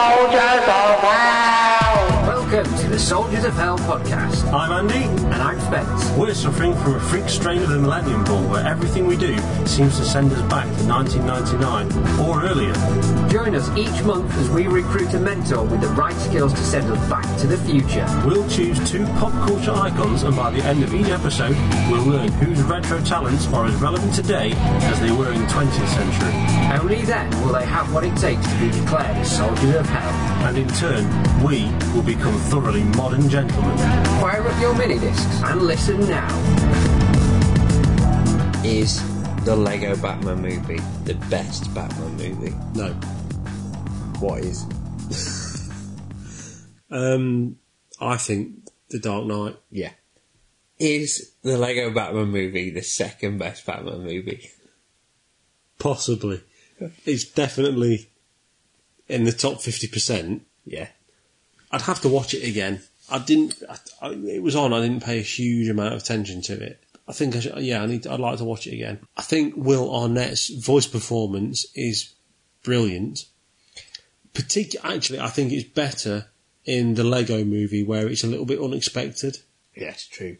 soldiers of hell. Welcome to the Soldiers of Hell podcast. I'm Andy. And I'm Spence. We're suffering from a freak strain of the Millennium Ball where everything we do seems to send us back to 1999 or earlier. Join us each month as we recruit a mentor with the right skills to send us back to the future. We'll choose two pop culture icons, and by the end of each episode, we'll learn whose retro talents are as relevant today as they were in the 20th century. Only then will they have what it takes to be declared as Soldiers of Hell. And in turn, we will become thoroughly modern gentlemen. Fire up your mini discs and listen now. Is the Lego Batman movie the best Batman movie? No. What is? um, I think The Dark Knight. Yeah. Is the Lego Batman movie the second best Batman movie? Possibly. It's definitely in the top 50%. Yeah. I'd have to watch it again. I didn't, I, I, it was on, I didn't pay a huge amount of attention to it. I think I should, yeah, I need, I'd like to watch it again. I think Will Arnett's voice performance is brilliant. Partic- actually, I think it's better in the Lego movie where it's a little bit unexpected. Yes, true.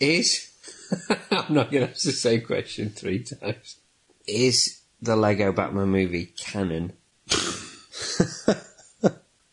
Is I'm not gonna ask the same question three times. Is the Lego Batman movie canon?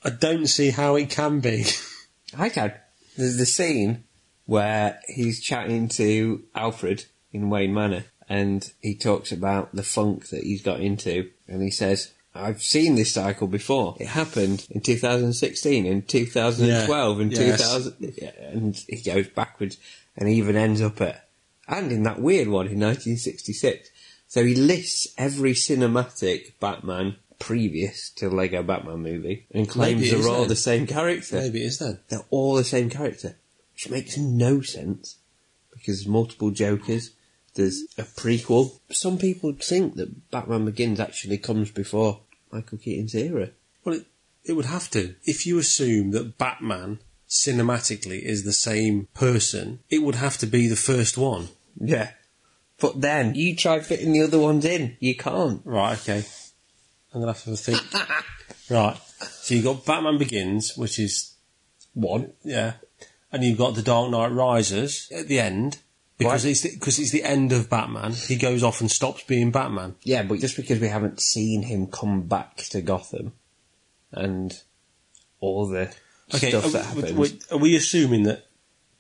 I don't see how it can be. I can. There's the scene where he's chatting to Alfred in Wayne Manor and he talks about the funk that he's got into and he says, I've seen this cycle before. It happened in 2016, in 2012, in Yeah, 2000. And he goes backwards and he even ends up at, and in that weird one in 1966. So he lists every cinematic Batman previous to Lego Batman movie and claims Maybe it is they're all then. the same character Maybe it is then. they're all the same character, which makes no sense because there's multiple Jokers. There's a prequel. Some people think that Batman Begins actually comes before Michael Keaton's era. Well, it, it would have to. If you assume that Batman cinematically is the same person, it would have to be the first one. Yeah. But then you try fitting the other ones in. You can't. Right, okay. I'm going to have to have a think. right. So you've got Batman Begins, which is, One. yeah. And you've got The Dark Knight Rises at the end. Because Right. it's, the, cause it's the end of Batman. He goes off and stops being Batman. Yeah, but just because we haven't seen him come back to Gotham and all the Okay, uh, stuff are, that we- happens. are we assuming that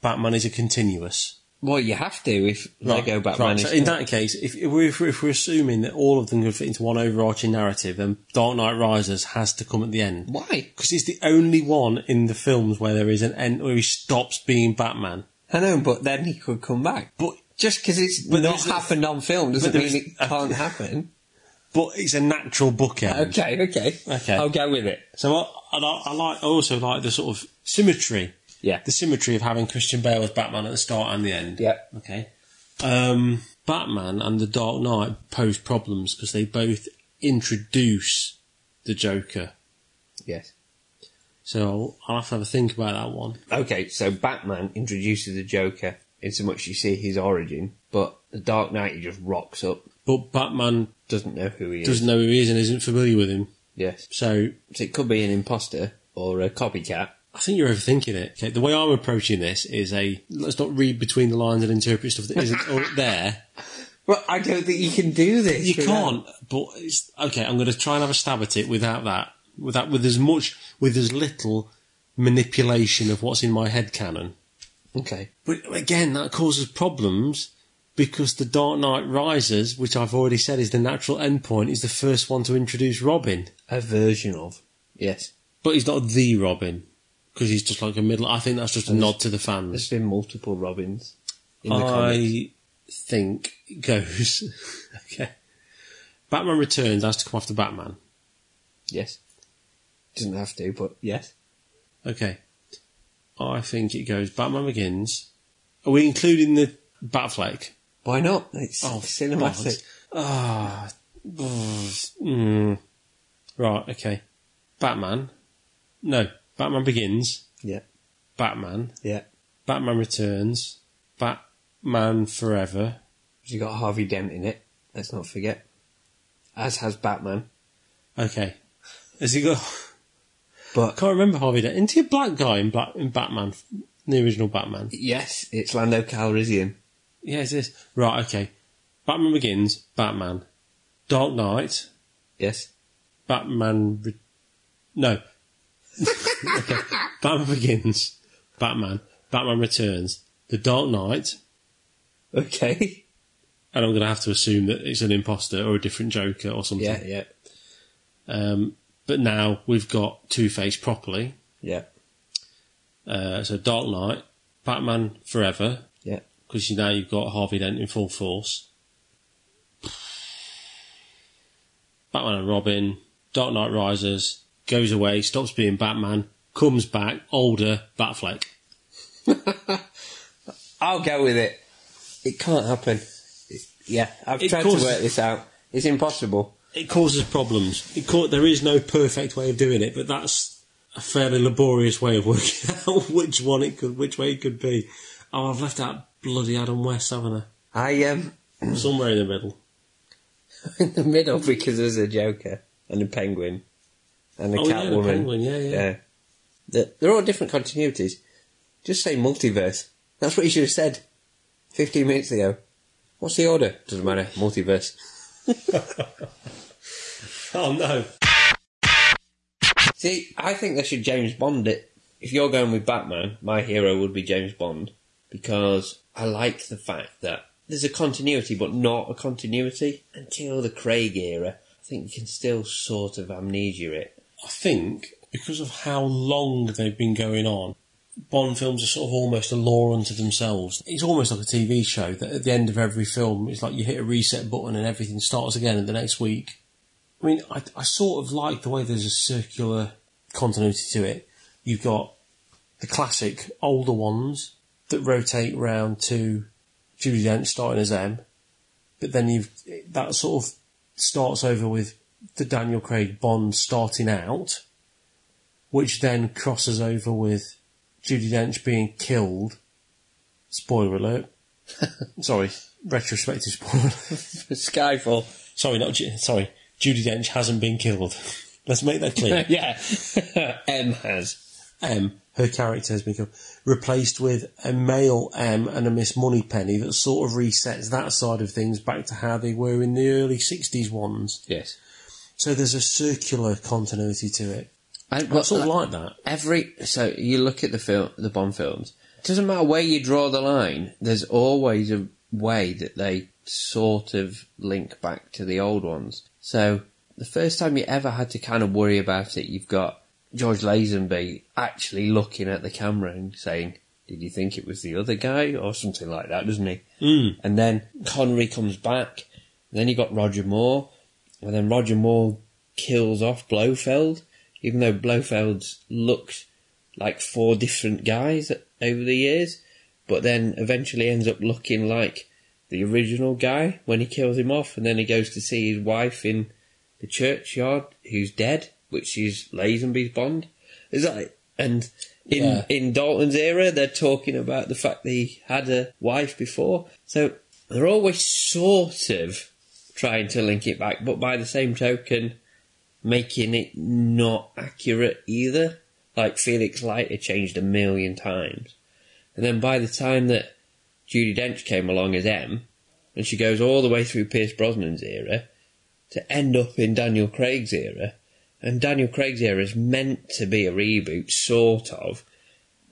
Batman is a continuous? well, you have to if Lego Batman right, is. so in that case, if, if, we're, if, we're, if we're assuming that all of them can fit into one overarching narrative, then Dark Knight Rises has to come at the end Why? because it's the only one in the films where there is an end where he stops being Batman. I know, but then he could come back. But just because it's But not there's a- happened on film doesn't but mean there's- it can't happen. But it's a natural bookend. Okay, okay, Okay. I'll go with it. So I, I, like- I like I also like the sort of symmetry, Yeah. the symmetry of having Christian Bale as Batman at the start and the end. Yeah. Okay. Um, Batman and the Dark Knight pose problems because they both introduce the Joker. Yes. So I'll have to have a think about that one. Okay, so Batman introduces the Joker in so much you see his origin, but the Dark Knight he just rocks up, But Batman doesn't know who he is. doesn't know who he is and isn't familiar with him. Yes. So So it could be an imposter or a copycat. I think you're overthinking it. Okay, the way I'm approaching this is a let's not read between the lines and interpret stuff that isn't all there. Well, I don't think you can do this. You without- can't. But it's okay. I'm going to try and have a stab at it without that. Without with as much with as little manipulation of what's in my head canon. Okay. But again, that causes problems because the Dark Knight Rises, which I've already said is the natural endpoint, is the first one to introduce Robin. A version of. Yes. But he's not the Robin because he's just like a middle. I think that's just a nod to the There's fans. been multiple Robins in the comics. I think it goes. okay. Batman Returns has to come after Batman. Yes. Doesn't have to, but yes. Okay. I think it goes Batman Begins. Are we including the Batfleck? Why not? It's cinematic. Ah. mm. Right, okay. Batman. No. Batman Begins. Yeah, Batman. yeah. Batman Returns. Batman Forever. You got Harvey Dent in it. Let's not forget. As has Batman. Okay. Has he got I But can't remember Harvey Dent. Isn't he a black guy in, black, in Batman, the original Batman? yes, it's Lando Calrissian. Yeah, it's this. Right, okay. Batman Begins, Batman. Dark Knight, Yes, Batman. Re- no. okay. Batman Begins, Batman, Batman Returns, The Dark Knight, okay, and I'm going to have to assume that it's an imposter or a different Joker or something. yeah, yeah, Um, but now we've got Two Face properly. yeah, Uh, so Dark Knight, Batman Forever, yeah. because you, now you've got Harvey Dent in full force. Batman and Robin, Dark Knight Rises, goes away, stops being Batman, comes back, older, Batfleck. I'll go with it. It can't happen. It- yeah, I've It tried causes- to work this out. It's impossible. It causes problems. It ca- there is no perfect way of doing it, but that's a fairly laborious way of working out which one it could, which way it could be. Oh, I've left out bloody Adam West, haven't I am I? Somewhere in the middle. in the middle because there's a Joker and a Penguin and a Oh, yeah, the Catwoman. Penguin, yeah, yeah. They're, Uh, they're all different continuities. Just say multiverse. That's what you should have said 15 minutes ago. What's the order? Doesn't matter. Multiverse. Oh no. See, I think they should James Bond it. If you're going with Batman, my hero would be James Bond because I like the fact that there's a continuity, but not a continuity until the Craig era. I think you can still sort of amnesia it. I think because of how long they've been going on, Bond films are sort of almost a law unto themselves. It's almost like a TV show that at the end of every film, it's like you hit a reset button and everything starts again in the next week. I mean, I, I sort of like the way there's a circular continuity to it. You've got the classic older ones that rotate round to Judy Dench starting as M, but then you've that sort of starts over with the Daniel Craig Bond starting out, which then crosses over with Judy Dench being killed. Spoiler alert. sorry, retrospective spoiler. Skyfall. sorry, not Ju- sorry. Judy Dench hasn't been killed. Let's make that clear. yeah. M has. M, um, her character has been killed, replaced with a male M and a Miss Moneypenny that sort of resets that side of things back to how they were in the early '60s ones. Yes. So there's a circular continuity to it. I, I sort of like that. every so you look at the film the Bond films. It doesn't matter where you draw the line, there's always a way that they sort of link back to the old ones. So the first time you ever had to kind of worry about it, you've got George Lazenby actually looking at the camera and saying, Did you think it was the other guy? or something like that, doesn't he? Hmm. Mm. And then Connery comes back, then you got Roger Moore, and then Roger Moore kills off Blofeld, even though Blofeld's looked like four different guys over the years, but then eventually ends up looking like the original guy when he kills him off, and then he goes to see his wife in the churchyard, who's dead, which is Lazenby's Bond. Is that it? And in Yeah. in Dalton's era, they're talking about the fact that he had a wife before, so they're always sort of trying to link it back, but by the same token, making it not accurate either. Like Felix Leiter changed a million times. And then by the time that Judy Dench came along as M, and she goes all the way through Pierce Brosnan's era to end up in Daniel Craig's era, and Daniel Craig's era is meant to be a reboot, sort of,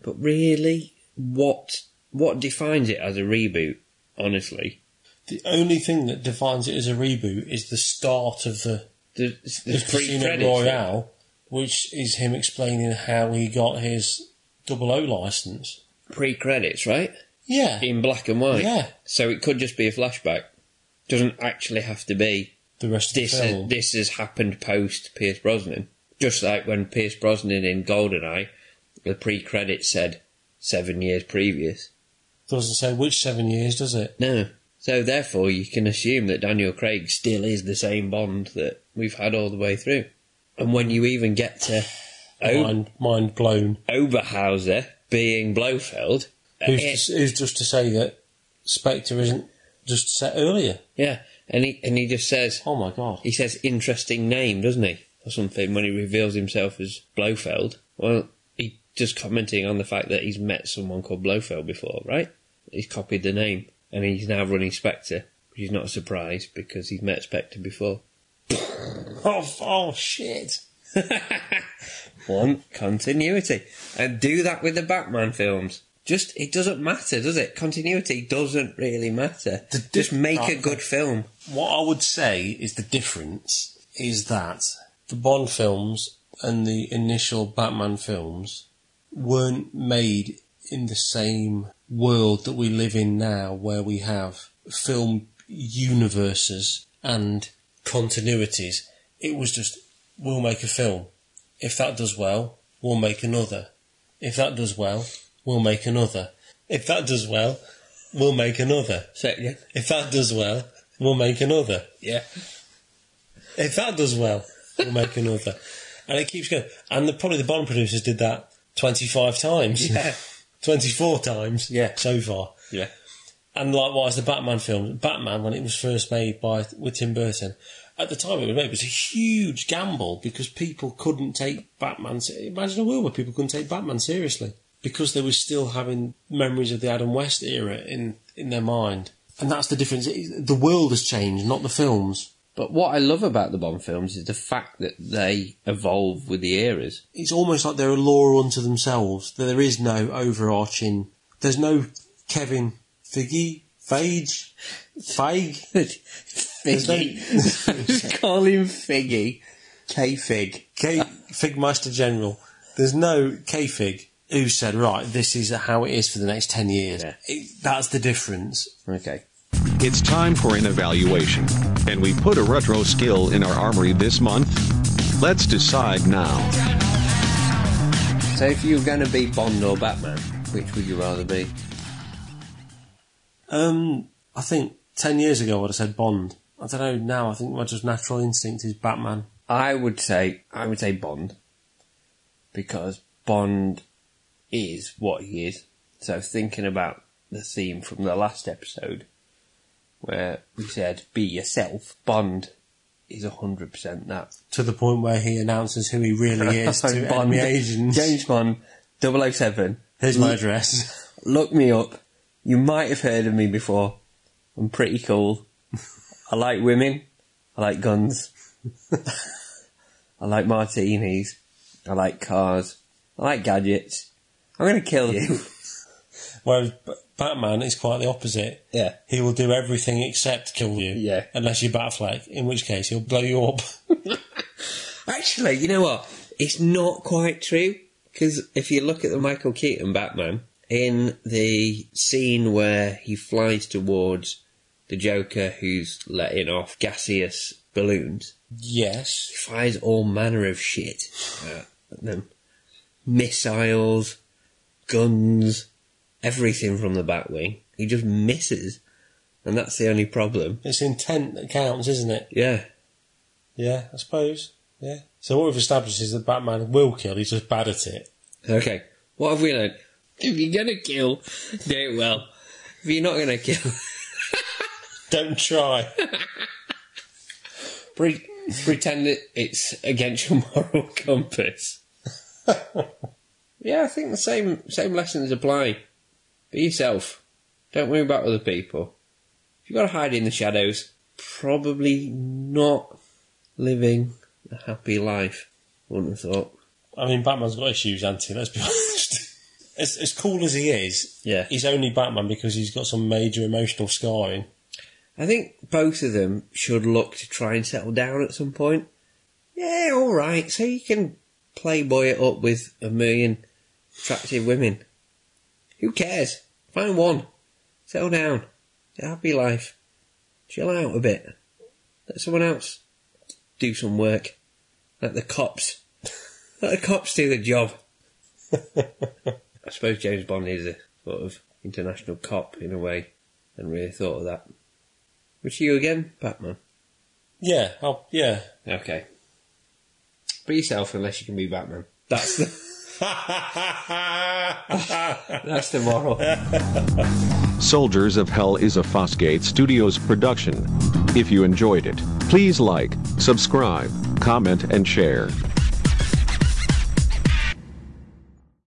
but really, what what defines it as a reboot? Honestly, The only thing that defines it as a reboot is the start of the, the, the the three Casino credits. Royale, which is him explaining how he got his double O license. pre-credits, right? Yeah. In black and white. Yeah. So it could just be a flashback. Doesn't actually have to be The rest of this. the film. this has happened post Pierce Brosnan. Just like when Pierce Brosnan in Goldeneye, the pre-credits said seven years previous. Doesn't say which seven years, does it? No. So therefore, you can assume that Daniel Craig still is the same Bond that we've had all the way through. And when you even get to o- Mind, mind blown. Oberhauser being Blofeld, Who's, it- to, who's just to say that Spectre isn't just set earlier? yeah, and he and he just says Oh my god. he says interesting name, doesn't he? or something when he reveals himself as Blofeld. Well, he just commenting on the fact that he's met someone called Blofeld before, right? He's copied the name and he's now running Spectre, which is not a surprise because he's met Spectre before. Oh, oh shit. One continuity, and do that with the Batman films. Just it doesn't matter, does it? Continuity doesn't really matter. The Just make a difference- good film. What I would say is the difference is that the Bond films and the initial Batman films weren't made in the same world that we live in now, where we have film universes and continuities. It was just, we'll make a film. If that does well, we'll make another. If that does well, we'll make another. If that does well, we'll make another. So yeah, If that does well, we'll make another. yeah. If that does well, we'll make another. And it keeps going. And the, probably the Bond producers did that 25 times. Yeah. 24 times. Yeah. So far. Yeah. And likewise, the Batman film. Batman, when it was first made by with Tim Burton, at the time it was made, it was a huge gamble because people couldn't take Batman. se- Imagine a world where people couldn't take Batman seriously because they were still having memories of the Adam West era in in their mind. And that's the difference. It- the world has changed, not the films. But what I love about the Bond films is the fact that they evolve with the eras. it's almost like they're a law unto themselves. That there is no overarching. There's no Kevin Figgy, Fage, Fag. Figgy. Just call him Figgy. K Fig. K Fig Master General. There's no K Fig who said, right, this is how it is for the next 10 years. Yeah. It, that's the difference. Okay. It's time for an evaluation. And we put a retro skill in our armory this month. Let's decide now. So if you're going to be Bond or Batman, which would you rather be? Um, I think 10 years ago I would have said Bond. I don't know now. I think my just natural instinct is Batman. I would say I would say Bond because Bond is what he is. So thinking about the theme from the last episode where we said be yourself, Bond is hundred percent that. To the point where he announces who he really is So to enemy agents. James Bond, 007. Here's my address. Look me up. You might have heard of me before. I'm pretty cool. I like women. I like guns. I like martinis. I like cars. I like gadgets. I'm gonna kill you. Whereas B- Batman is quite the opposite. Yeah. He will do everything except kill you. Yeah. Unless you're Batfleck, in which case he'll blow you up. Actually, you know what? It's not quite true because if you look at the Michael Keaton Batman in the scene where he flies towards the Joker, who's letting off gaseous balloons, yes. fires all manner of shit at them. Missiles, guns, everything from the Batwing. He just misses. And that's the only problem. It's intent that counts, isn't it? Yeah. Yeah, I suppose. Yeah. So what we've established is that Batman will kill, he's just bad at it. Okay. What have we learned? If you're gonna kill, do it well. If you're not gonna kill, Don't try. pre- pretend that it's against your moral compass. yeah, I think the same same lessons apply. Be yourself. Don't worry about other people. If you've got to hide in the shadows, probably not living a happy life. Wouldn't have thought. I mean, Batman's got issues, hasn't he? Let's be honest. As, as cool as he is, Yeah. he's only Batman because he's got some major emotional scarring. I think both of them should look to try and settle down at some point. Yeah, all right. So you can playboy it up with a million attractive women. Who cares? Find one. Settle down. Get a happy life. Chill out a bit. Let someone else do some work. Let the cops. Let the cops do the job. I suppose James Bond is a sort of international cop in a way. And really thought of that. Which are you again? Batman. Yeah, I'll, yeah. Okay. Be yourself unless you can be Batman. That's the That's the moral. Soldiers of Hell is a Fosgate Studios production. If you enjoyed it, please like, subscribe, comment, and share.